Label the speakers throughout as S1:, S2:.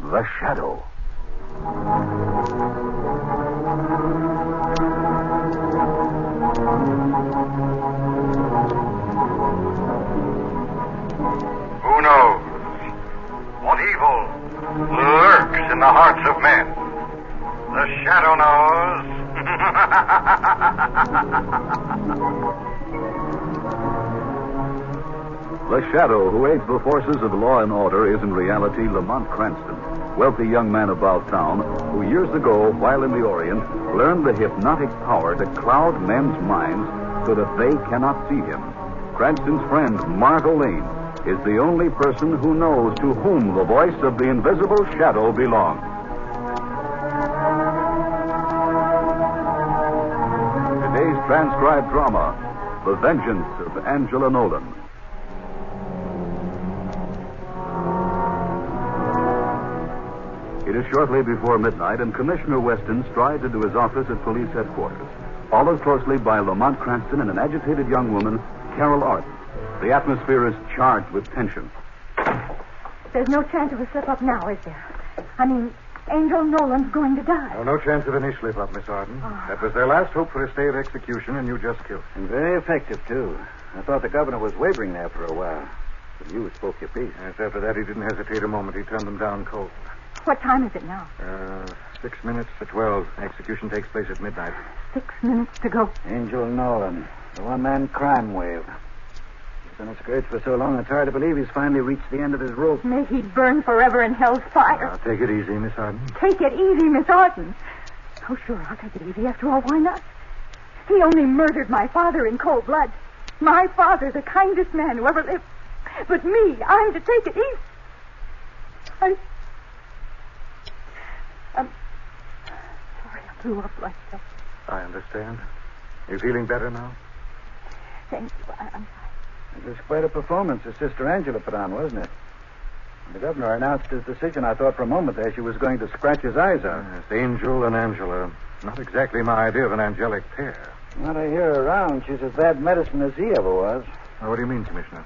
S1: The Shadow. Who knows what evil lurks in the hearts of men? The shadow knows.
S2: The Shadow, who aids the forces of law and order, is in reality Lamont Cranston, wealthy young man about town who years ago, while in the Orient, learned the hypnotic power to cloud men's minds so that they cannot see him. Cranston's friend, Margot Lane, is the only person who knows to whom the voice of the invisible shadow belongs. Today's transcribed drama, The Vengeance of Angela Nolan. It is shortly before midnight, and Commissioner Weston strides into his office at police headquarters, followed closely by Lamont Cranston and an agitated young woman, Carol Arden. The atmosphere is charged with tension.
S3: There's no chance of a slip up now, is there? I mean, Angel Nolan's going to die.
S4: Oh, no chance of any slip up, Miss Arden. That was their last hope for a stay of execution, and you just killed him.
S1: And very effective, too. I thought the governor was wavering there for a while. But you spoke your piece.
S4: Yes, after that, he didn't hesitate a moment. He turned them down cold.
S3: What time is it now?
S4: Uh, six minutes to twelve. Execution takes place at midnight.
S3: Six minutes to go.
S1: Angel Nolan, the one man crime wave. He's been a scourge for so long, it's hard to believe he's finally reached the end of his rope.
S3: May he burn forever in hell's fire.
S4: Now, take it easy, Miss Arden.
S3: Take it easy, Miss Arden. Oh, sure, I'll take it easy. After all, why not? He only murdered my father in cold blood. My father, the kindest man who ever lived. But me, I'm to take it easy. I'm. I'm sorry I blew up like that.
S4: I understand. You feeling better now?
S3: Thank you. I, I'm
S1: It was quite a performance his sister Angela put on, wasn't it? When the governor announced his decision, I thought for a moment there she was going to scratch his eyes out.
S4: Yes, Uh, Angel and Angela. Not exactly my idea of an angelic pair.
S1: When I hear her around, she's as bad medicine as he ever was.
S4: Now, Uh, what do you mean, Commissioner?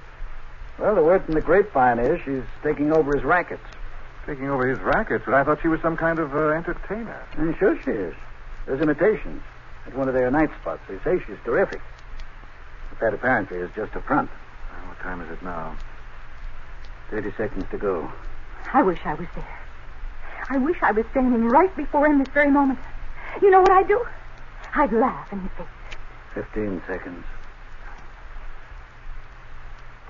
S1: Well, the word from the grapevine is she's taking over his rackets.
S4: Taking over his rackets, but I thought she was some kind of uh, entertainer.
S1: And sure she is. There's imitations at one of their night spots. They say she's terrific. But that apparently is just a front.
S4: Uh, What time is it now?
S1: 30 seconds to go.
S3: I wish I was there. I wish I was standing right before him this very moment. You know what I'd do? I'd laugh in his face.
S1: 15 seconds.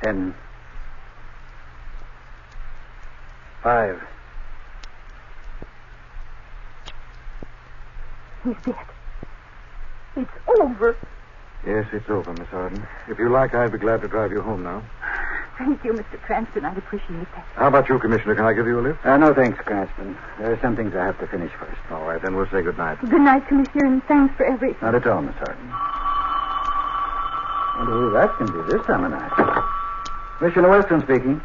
S1: 10. 5.
S3: He's dead. It's over.
S4: Yes, it's over, Miss Arden. If you like, I'd be glad to drive you home now.
S3: Thank you, Mr. Cranston. I'd appreciate that.
S4: How about you, Commissioner? Can I give you a lift?
S1: Uh, no thanks, Cranston. There are some things I have to finish first.
S4: All right, then we'll say goodnight.
S3: Good night, Commissioner, and thanks for everything.
S1: Not at all, Miss Arden. Wonder who that can be this time of night. Commissioner Weston speaking.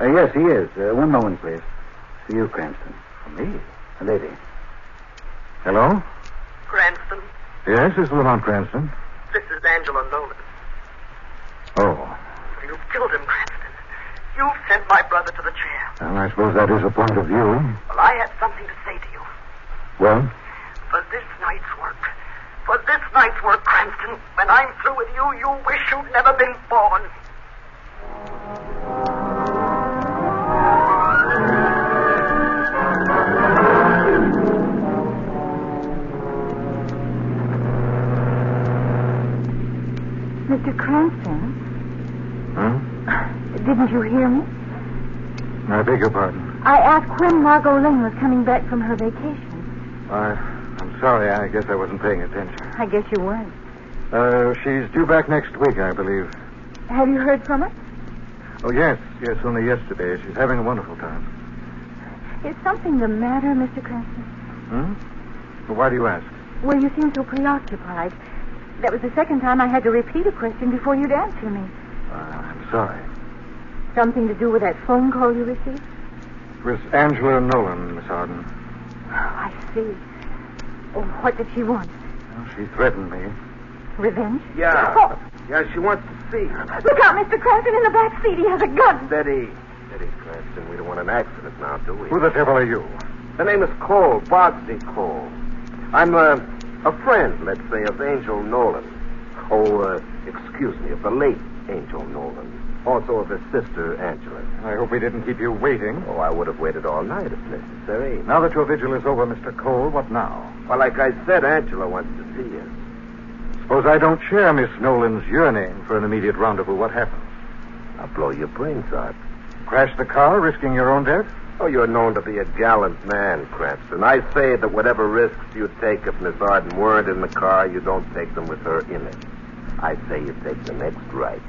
S1: Uh, yes, he is. Uh, one moment, please. For you, Cranston. For me? A lady.
S4: Hello?
S5: Cranston,
S4: Yes, this is Lamont Cranston.
S5: this is Angela Nolan.
S4: Oh,
S5: You killed him, Cranston. You sent my brother to the chair.
S4: well, I suppose that is a point of view.
S5: Well, I had something to say to you.
S4: Well,
S5: For this night's work, for this night's work, Cranston, when I'm through with you, you wish you'd never been born.
S3: Mr. Cranston,
S4: huh?
S3: didn't you hear me?
S4: I beg your pardon.
S3: I asked when Margot Lane was coming back from her vacation.
S4: I, I'm sorry. I guess I wasn't paying attention.
S3: I guess you weren't.
S4: Uh, she's due back next week, I believe.
S3: Have you heard from her?
S4: Oh, yes, yes, only yesterday. She's having a wonderful time.
S3: Is something the matter, Mr. Cranston?
S4: Hmm? Well, why do you ask?
S3: Well, you seem so preoccupied. That was the second time I had to repeat a question before you'd answer me.
S4: Uh, I'm sorry.
S3: Something to do with that phone call you received?
S4: It was Angela Nolan, Miss Arden.
S3: Oh, I see. Oh, what did she want?
S4: Well, She threatened me.
S3: Revenge?
S6: Yeah.
S3: Oh,
S6: Yeah, she wants to see.
S3: look out, Mr. Cranston in the back seat. He has a gun.
S6: Betty, City, Cranston. We don't want an accident now, do we?
S4: Who the devil are you?
S6: The name is Cole, Bodsey Cole. I'm uh, a friend, let's say, of Angel Nolan. Oh, uh, excuse me, of the late Angel Nolan. Also of his sister, Angela.
S4: I hope we didn't keep you waiting.
S6: Oh, I would have waited all night if necessary.
S4: Now that your vigil is over, Mr. Cole, what now?
S6: Well, like I said, Angela wants to see you.
S4: Suppose I don't share Miss Nolan's yearning for an immediate rendezvous. What happens?
S6: I'll blow your brains out.
S4: Crash the car, risking your own death?
S6: Oh, you're known to be a gallant man, Cranston. I say that whatever risks you take if Miss Arden weren't in the car, you don't take them with her in it. I say you take the next right.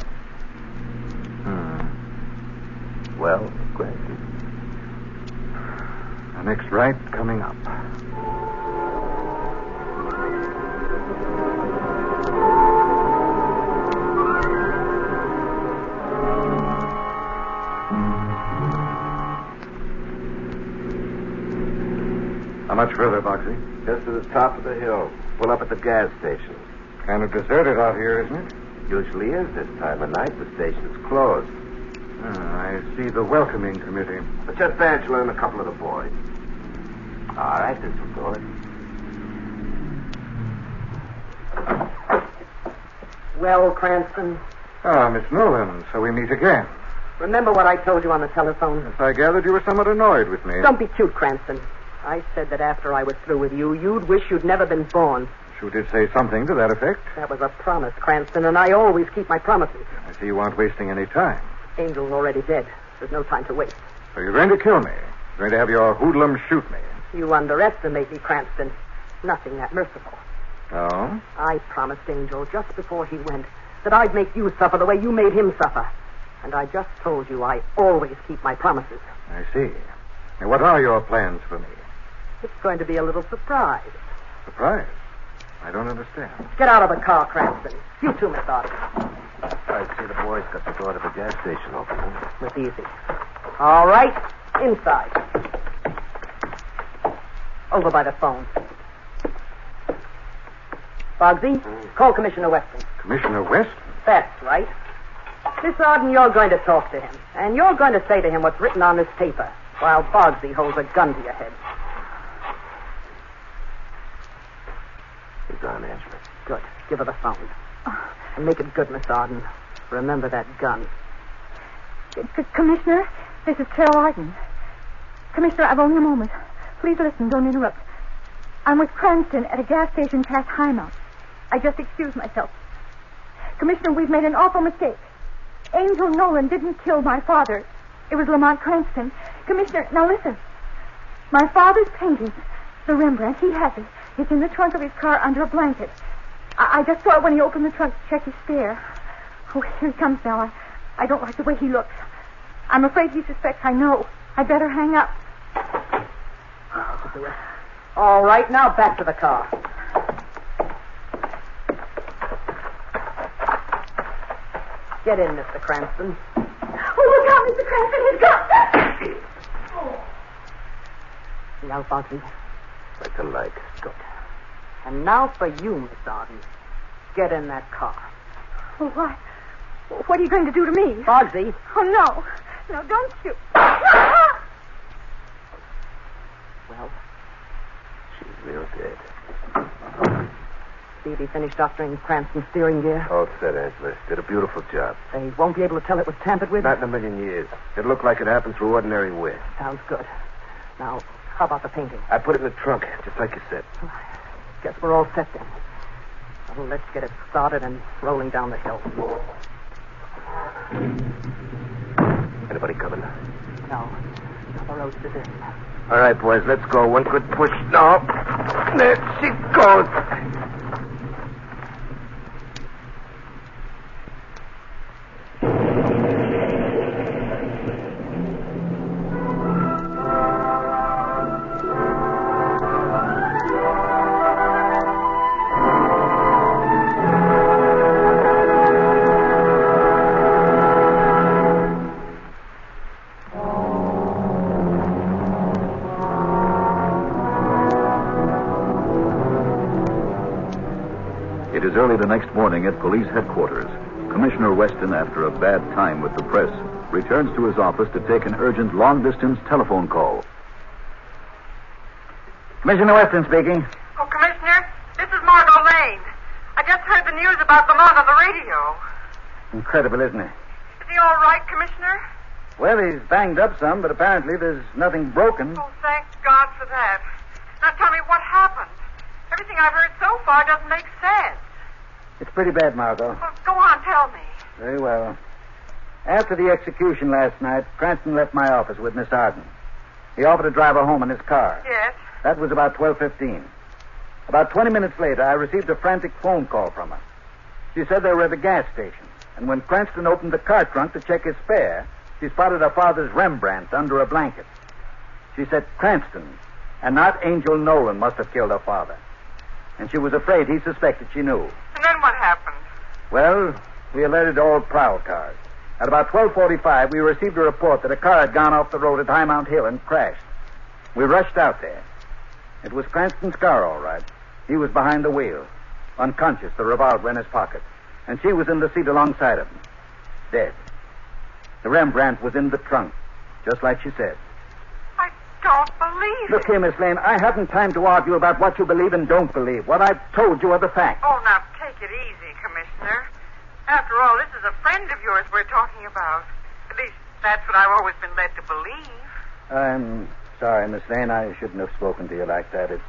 S4: Hmm.
S6: Well, Cranston.
S4: The next right coming up. How much further, Boxy?
S6: Just to the top of the hill. Pull up at the gas station.
S4: Kind of deserted out here, isn't it?
S6: Usually is this time of night. The station's closed.
S4: Ah, I see the welcoming committee.
S6: But just Angela and a couple of the boys. All right, this will do it.
S5: Well, Cranston,
S4: Ah, Miss Nolan, so we meet again.
S5: remember what I told you on the telephone?
S4: Yes, I gathered you were somewhat annoyed with me.
S5: Don't be cute, Cranston. I said that after I was through with you, you'd wish you'd never been born.
S4: You did say something to that effect.
S5: That was a promise, Cranston, and I always keep my promises.
S4: I see you aren't wasting any time.
S5: Angel's already dead. There's no time to waste.
S4: So you're going to kill me. You're going to have your hoodlum shoot me.
S5: You underestimate me, Cranston. Nothing that merciful.
S4: Oh?
S5: I promised Angel just before he went that I'd make you suffer the way you made him suffer. And I just told you I always keep my promises.
S4: I see. Now, what are your plans for me?
S5: It's going to be a little surprise.
S4: Surprise. I don't understand.
S5: Get out of the car, Cranston. You too, Miss Arden.
S6: I see the boys got the door to the gas station open.
S5: It was easy. All right, inside. Over by the phone. Bugsy, call Commissioner Weston.
S4: Commissioner West?
S5: That's right. Miss Arden, you're going to talk to him, and you're going to say to him what's written on this paper while Bogsy holds a gun to your head.
S6: He's on, Angela.
S5: Good. Give her the phone. And make it good, Miss Arden. Remember that gun.
S3: C- c- Commissioner, this is Carol Arden. Commissioner, I've only a moment. Please listen, don't interrupt. I'm with Cranston at a gas station past Highmount. I just excused myself. Commissioner, we've made an awful mistake. Angel Nolan didn't kill my father. It was Lamont Cranston. Commissioner, now listen. My father's painting, the Rembrandt, he has it. It's in the trunk of his car under a blanket. I, I just saw it when he opened the trunk to check his spare. Oh, here he comes now. I, I don't like the way he looks. I'm afraid he suspects I know. I'd better hang up.
S5: All right, now back to the car. Get in, Mr. Cranston.
S3: Oh, look out, Mr. Cranston, he's got...
S5: Now, Bogsy.
S6: Like the like.
S5: Good. And now for you, Miss Arden. Get in that car.
S3: Oh, why? What are you going to do to me?
S5: Bogsy,
S3: Oh, no. No, don't you.
S5: well,
S6: She's real dead.
S5: see if he finished doctoring Cranston's steering gear.
S6: All set, Angela. Did a beautiful job.
S5: They won't be able to tell it was tampered with.
S6: Not in a million years. It looked like it happened through ordinary wind.
S5: Sounds good. Now, how about the painting?
S6: I put it in the trunk, just like you said.
S5: Guess we're all set then. Well, let's get it started and rolling down the hill.
S6: Anybody coming?
S5: No, the road's deserted.
S6: All right, boys, let's go. One good push. No. There she goes.
S2: It is early the next morning at police headquarters. Commissioner Weston, after a bad time with the press, returns to his office to take an urgent long distance telephone call. Commissioner Weston speaking.
S7: Oh, Commissioner, this is Margot Lane. I just heard the news about Lamont on the radio.
S2: Incredible, isn't it?
S7: Is he all right, Commissioner?
S2: Well, he's banged up some, but apparently there's nothing broken.
S7: Oh, thank God for that. Now tell me what happened. Everything I've heard so far doesn't make sense.
S2: It's pretty bad, Margot.
S7: Well, go on, tell me.
S2: Very well. After the execution last night, Cranston left my office with Miss Arden. He offered to drive her home in his car.
S7: Yes.
S2: That was about 12.15. About 20 minutes later, I received a frantic phone call from her. She said they were at a gas station, and when Cranston opened the car trunk to check his spare, she spotted her father's Rembrandt under a blanket. She said Cranston, and not Angel Nolan, must have killed her father. And she was afraid he suspected she knew.
S7: And then what happened?
S2: Well, we alerted all prowl cars. At about 12.45, we received a report that a car had gone off the road at High Mount Hill and crashed. We rushed out there. It was Cranston's car, all right. He was behind the wheel. Unconscious, the revolver in his pocket. And she was in the seat alongside of him. Dead. The Rembrandt was in the trunk, just like she said.
S7: I don't believe
S2: Look
S7: it.
S2: here, Miss Lane, I haven't time to argue about what you believe and don't believe. What I've told you are the facts.
S7: Oh, now take it easy, Commissioner. After all, this is a friend of yours we're talking about. At least that's what I've always been led to believe.
S2: I'm sorry, Miss Lane. I shouldn't have spoken to you like that. It's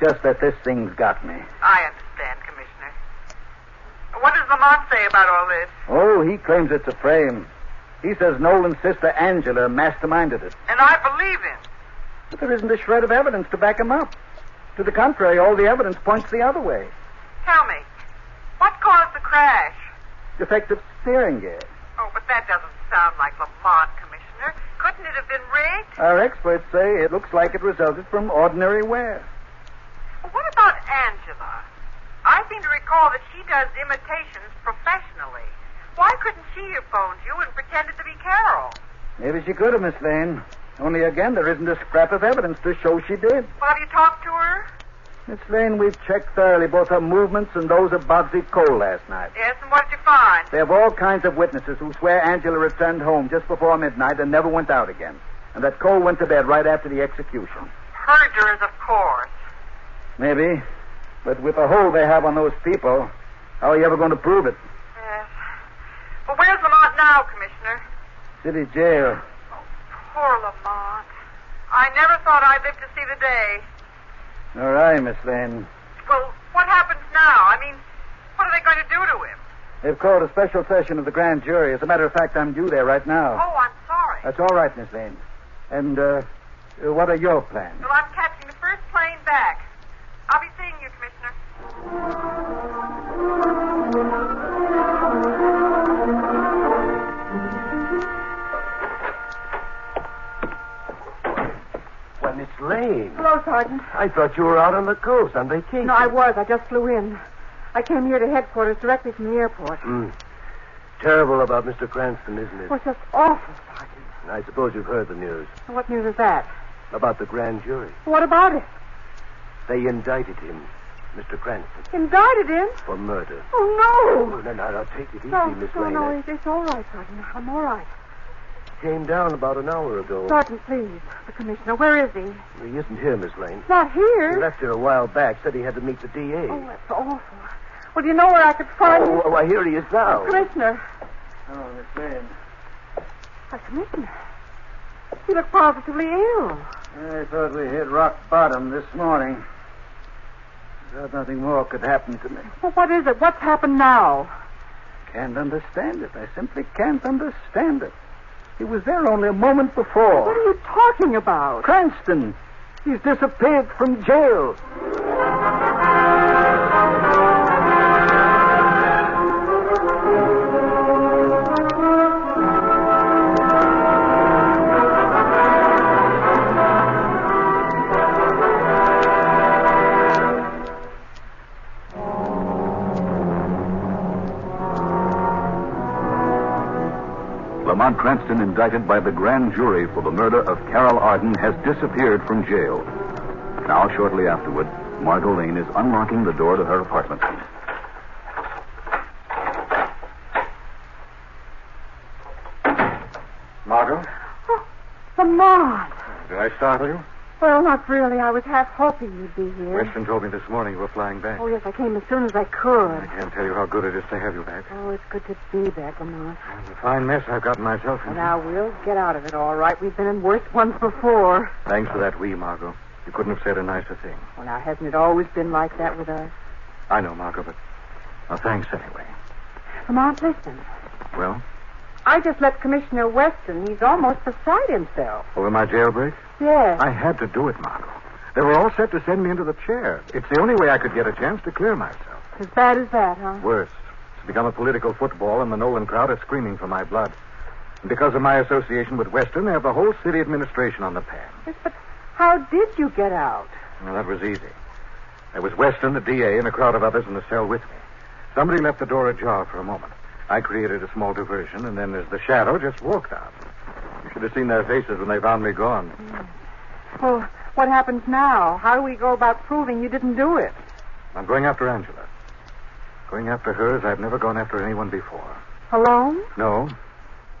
S2: just that this thing's got me.
S7: I understand, Commissioner. What does Lamont say about all this?
S2: Oh, he claims it's a frame. He says Nolan's sister Angela masterminded it.
S7: And I believe him.
S2: But there isn't a shred of evidence to back him up. To the contrary, all the evidence points the other way.
S7: Tell me, what caused the crash?
S2: Defective steering gear.
S7: Oh, but that doesn't sound like Lamont, Commissioner. Couldn't it have been rigged?
S2: Our experts say it looks like it resulted from ordinary wear.
S7: What about Angela? I seem to recall that she does imitations professionally. Why couldn't she have phoned you and pretended to be Carol?
S2: Maybe she could have, Miss Lane. Only again, there isn't a scrap of evidence to show she did.
S7: Well, have you talked to her?
S2: Miss Lane, we've checked thoroughly both her movements and those of Bodsey Cole last night.
S7: Yes, and what did you find?
S2: They have all kinds of witnesses who swear Angela returned home just before midnight and never went out again, and that Cole went to bed right after the execution.
S7: Perjurers, of course.
S2: Maybe, but with the hold they have on those people, how are you ever going to prove it?
S7: Yes. Well, where's Lamont now, Commissioner?
S2: City jail.
S7: Poor Lamont. I never thought I'd live to see the day.
S2: All right, Miss Lane.
S7: Well, what happens now? I mean, what are they going to do to him?
S2: They've called a special session of the grand jury. As a matter of fact, I'm due there right now.
S7: Oh, I'm sorry.
S2: That's all right, Miss Lane. And uh, uh, what are your plans?
S7: Well, I'm catching the first plane back. I'll be seeing you, Commissioner.
S6: Why, Miss Lane,
S3: Hello, Sergeant.
S6: I thought you were out on the coast on vacation.
S3: No, I was. I just flew in. I came here to headquarters directly from the airport.
S6: Hmm. Terrible about Mr. Cranston, isn't it?
S3: It was just awful, Sergeant.
S6: I suppose you've heard the news
S3: What news is that?
S6: about the grand jury.
S3: What about it?
S6: They indicted him, Mr. Cranston,
S3: Indicted him?
S6: for murder.
S3: Oh, no.
S6: no, no, no, take it easy,
S3: No,
S6: Miss
S3: no,
S6: Lane.
S3: no,
S6: I
S3: it's, it's all right, Sergeant. I'm all right.
S6: came down about an hour ago.
S3: Sergeant, please. The commissioner, where is he?
S6: He isn't here, Miss Lane.
S3: Not
S6: He
S3: here.
S6: left here a while back, said he had to meet the DA.
S3: Oh, that's awful. Well, do you know where I could find him?
S6: Oh, why, here he is now.
S3: Commissioner.
S2: Oh, Miss Lane.
S3: Why, commissioner. You look positively ill.
S2: I thought we hit rock bottom this morning. Thought nothing more could happen to me.
S3: Well, what is it? What's happened now?
S2: Can't understand it. I simply can't understand it. He was there only a moment before.
S3: What are you talking about?
S2: Cranston. He's disappeared from jail. Lamont Cranston, indicted by the grand jury for the murder of Carol Arden, has disappeared from jail. Now, shortly afterward, Margot Lane is unlocking the door to her apartment.
S3: God.
S4: Did I startle you?
S3: Oh, Well, not really. I was half hoping you'd be here.
S4: Weston told me this morning you were flying back.
S3: Oh, yes, I came as soon as I could.
S4: I can't tell you how good it is to have you back.
S3: Oh, it's good to be back, Lamont.
S4: It's a fine mess I've gotten myself
S3: Well,
S4: into.
S3: now, we'll get out of it all right. We've been in worse ones before.
S4: Thanks for that we, Margot. You couldn't have said a nicer thing.
S3: Well, now, hasn't it always been like that with us?
S4: I know, Margot, but. Well, thanks anyway.
S3: Lamont, listen.
S4: Well,
S3: I just left Commissioner Weston. He's almost beside himself.
S4: over my jailbreak?
S3: Yes.
S4: I had to do it, Margot. They were all set to send me into the chair. It's the only way I could get a chance to clear myself.
S3: As bad as that, huh?
S4: Worse. It's become a political football, and the Nolan crowd are screaming for my blood. And because of my association with Weston, they have the whole city administration on the pan.
S3: Yes, but how did you get out?
S4: Well, that was easy. There was Weston, the DA, and a crowd of others in the cell with me. Somebody left the door ajar for a moment. I created a small diversion, and then as the shadow just walked out. You should have seen their faces when they found me gone.
S3: Hmm. Well, what happens now? How do we go about proving you didn't do it?
S4: I'm going after Angela. Going after her as I've never gone after anyone before.
S3: Alone?
S4: No.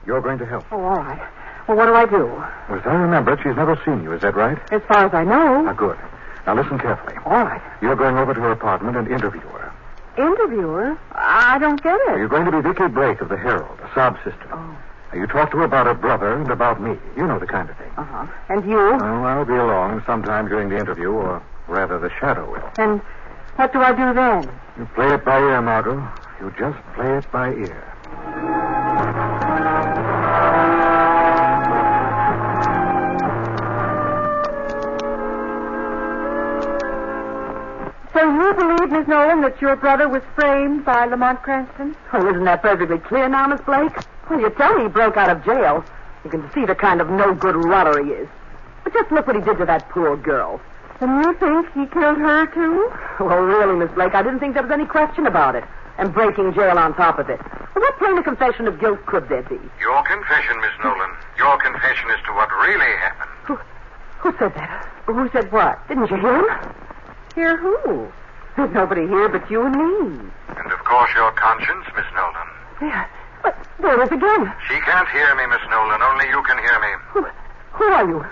S4: You're going to help.
S3: Oh, all right. Well, what do I do?
S4: As I remember it, she's never seen you. Is that right?
S3: As far as I
S4: Now,
S3: know.
S4: Ah, good. Now, listen carefully.
S3: All right.
S4: You're going over to her apartment and interview her.
S3: Interviewer? I don't get it.
S4: You're going to be Vicky Blake of the Herald, a sob sister.
S3: Oh.
S4: Now, you talk to her about her brother and about me. You know the kind of thing.
S3: Uh-huh. And you?
S4: Well, I'll be along sometime during the interview, or rather, the shadow will.
S3: And what do I do then?
S4: You play it by ear, Margot. You just play it by ear.
S3: So you believe, Miss Nolan, that your brother was framed by Lamont Cranston?
S5: Oh, isn't that perfectly clear now, Miss Blake? Well, you tell me he broke out of jail. You can see the kind of no good rotter he is. But just look what he did to that poor girl.
S3: And you think he killed her, too?
S5: Well, really, Miss Blake, I didn't think there was any question about it. And breaking jail on top of it. Well, what plainer confession of guilt could there be?
S1: Your confession, Miss Nolan. Your confession as to what really happened.
S5: Who said that? Who said what? Didn't you hear him? Hear who? There's nobody here but you and me.
S1: And of course, your conscience, Miss Nolan.
S5: There. But there it is again.
S1: She can't hear me, Miss Nolan. Only you can hear me.
S5: Who, who are you?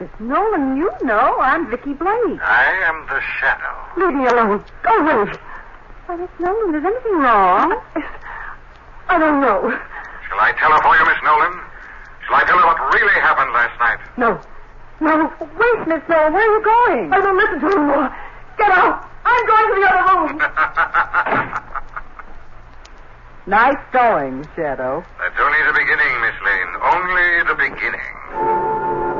S3: Miss Nolan, you know I'm Vicky Blake.
S1: I am the shadow.
S5: Leave me alone. Go away.
S3: Why, Miss Nolan, is anything wrong?
S5: I don't know.
S1: Shall I tell her for you, Miss Nolan? Shall I tell her what really happened last night?
S5: No. No.
S3: Wait, Miss Nolan, where are you going?
S5: I don't listen to him more. Get out. I'm going to the other room.
S3: Nice going, Shadow.
S1: That's only the beginning, Miss Lane. Only the beginning.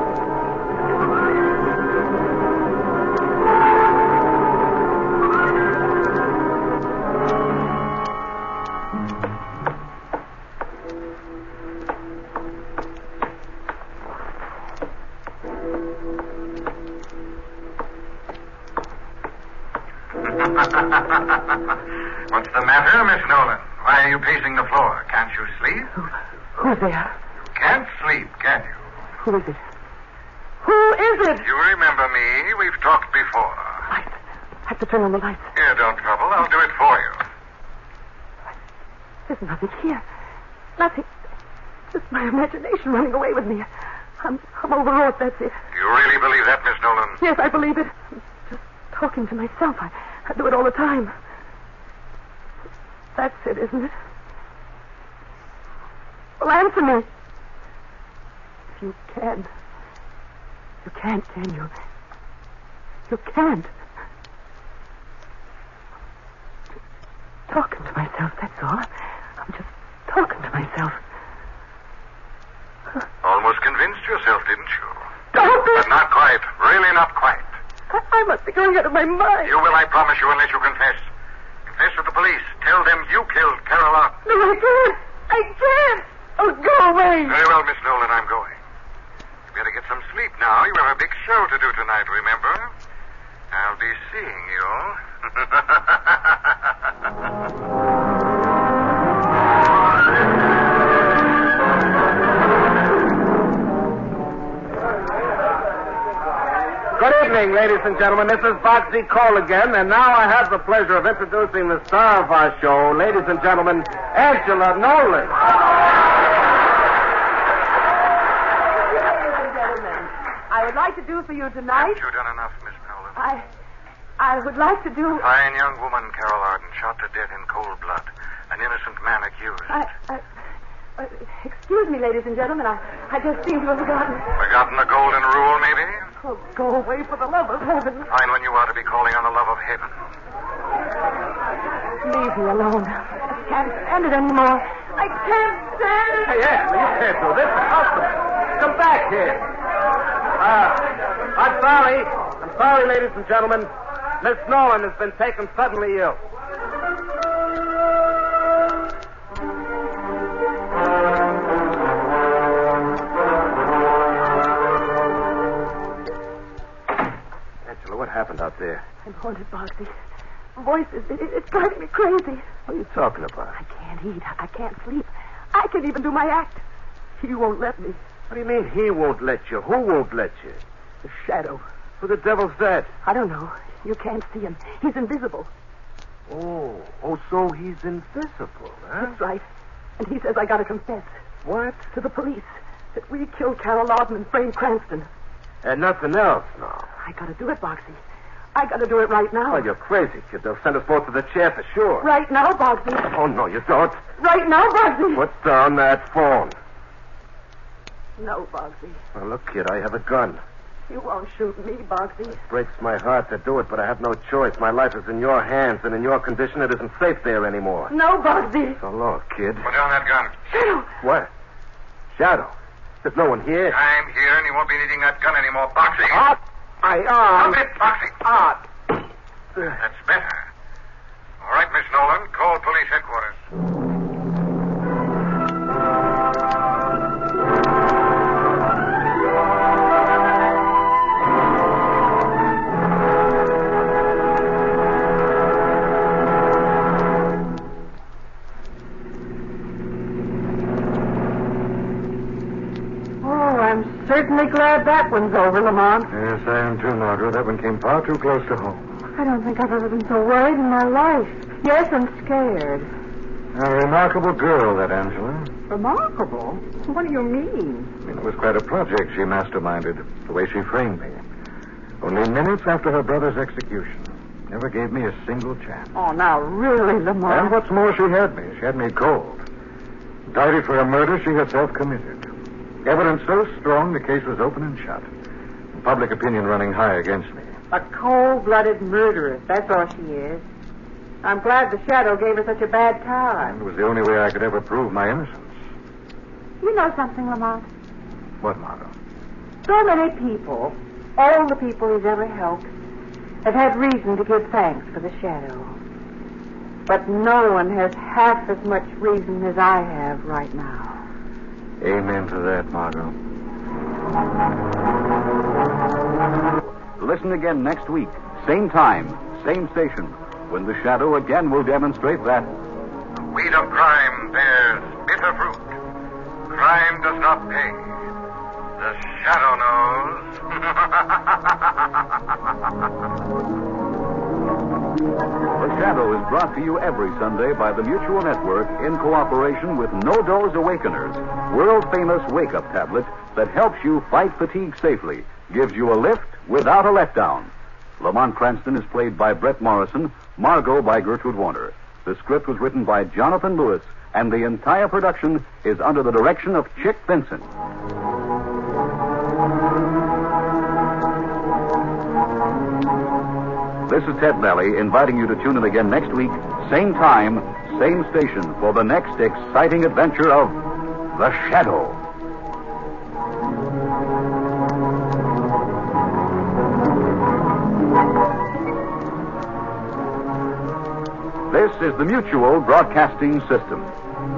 S1: What's the matter, Miss Nolan? Why are you pacing the floor? Can't you sleep?
S5: Who's there?
S1: Can't sleep, can you?
S5: Who is it? Who is it?
S1: You remember me. We've talked before.
S5: Lights. I have to turn on the lights.
S1: Here, don't trouble. I'll do it for you.
S5: There's nothing here. Nothing. Just my imagination running away with me. I'm, I'm overwrought, that's it.
S1: Do you really believe that, Miss Nolan?
S5: Yes, I believe it. I'm just talking to myself. I, I do it all the time. That's it, isn't it? Well, answer me. If you can. You can't, can you? You can't. Just talking to myself, that's all. I'm just talking to myself.
S1: Almost convinced yourself, didn't you?
S5: Don't be...
S1: But not quite. Really not quite.
S5: I, I must be going out of my mind.
S1: You will, I promise you, unless you confess. Confess to the police. Tell them you killed Caroline.
S5: No, I can't. I can't. Oh, go away.
S1: Very well, Miss Nolan, I'm going. You better get some sleep now. You have a big show to do tonight, remember? I'll be seeing you.
S6: Good evening, ladies and gentlemen. This is Botsy Cole again, and now I have the pleasure of introducing the star of our show, ladies and gentlemen, Angela Nolan.
S3: Nolan. I would like to do for you tonight.
S4: Have you done enough, Miss Nolan?
S3: I. I would like to do.
S4: Fine young woman, Carol Arden, shot to death in cold blood. An innocent man accused.
S3: I. I uh, excuse me, ladies and gentlemen. I, I just seem to have forgotten.
S4: Forgotten the golden rule, maybe?
S3: Oh, go away for the love of heaven.
S4: Fine when you ought to be calling on the love of heaven.
S3: Leave me alone. I can't stand it anymore. I can't stand it.
S6: Hey, Ann, you can't do this. Husband, come back here. Uh, I'm sorry. I'm sorry, ladies and gentlemen. Miss Nolan has been taken suddenly ill.
S8: Angela, what happened out there?
S3: I'm haunted, Boxy. Voices. It, it, it's driving me crazy.
S8: What are you talking about?
S3: I can't eat. I, I can't sleep. I can't even do my act. He won't let me.
S8: What do you mean he won't let you? Who won't let you?
S3: The shadow.
S8: Who the devil's that?
S3: I don't know. You can't see him. He's invisible.
S8: Oh, oh, so he's invisible, huh?
S3: That's right. And he says I gotta confess
S8: What?
S3: to the police that we killed Carol Arden and Frank Cranston.
S8: And nothing else, no.
S3: I gotta do it, Boxy. I gotta do it right now.
S8: Oh, you're crazy, kid. They'll send us both to the chair for sure.
S3: Right now, Boxy.
S8: Oh, no, you don't.
S3: Right now, Boxy.
S8: Put down that phone.
S3: No, Boxy.
S8: Well, look, kid, I have a gun.
S3: You won't shoot me, Boxy.
S8: Breaks my heart to do it, but I have no choice. My life is in your hands, and in your condition, it isn't safe there anymore.
S3: No, Boxy.
S8: So long, kid.
S4: Put down that gun.
S3: Shadow.
S8: What? Shadow. There's no one here.
S4: I'm here, and you won't be needing that gun anymore, Boxy.
S8: Art! My arm!
S4: Stop it, Boxy.
S8: Art!
S4: That's better. All right, Miss Nolan, call police headquarters.
S3: Oh, I'm certainly glad that one's over, Lamont.
S6: Yes, I am too, Margaret. That one came far too close to home.
S3: I don't think I've ever been so worried in my life. Yes, I'm scared.
S6: A remarkable girl, that Angela.
S3: Remarkable? What do you mean?
S6: I mean, it was quite a project she masterminded, the way she framed me. Only minutes after her brother's execution. Never gave me a single chance.
S3: Oh, now really,
S6: And
S3: Lamont.
S6: what's more, she had me. She had me cold. Indicted for a murder she herself committed. Evidence so strong the case was open and shut. And public opinion running high against me.
S5: A cold-blooded murderess. That's all she is. I'm glad the shadow gave her such a bad time.
S6: It was the only way I could ever prove my innocence.
S5: You know something, Lamont?
S6: What, Margot?
S5: So many people, all the people he's ever helped, have had reason to give thanks for the shadow. But no one has half as much reason as I have right now.
S6: Amen to that, Margot.
S2: Listen again next week, same time, same station, when the shadow again will demonstrate that
S4: weed of crime bears bitter fruit. Crime does not pay. The shadow knows.
S2: The Shadow is brought to you every Sunday by the Mutual Network in cooperation with No Dose Awakeners, world famous wake up tablet that helps you fight fatigue safely, gives you a lift without a letdown. Lamont Cranston is played by Brett Morrison, Margot by Gertrude Warner. The script was written by Jonathan Lewis, and the entire production is under the direction of Chick Vincent. This is Ted Valley inviting you to tune in again next week, same time, same station, for the next exciting adventure of The Shadow. This is the Mutual Broadcasting System.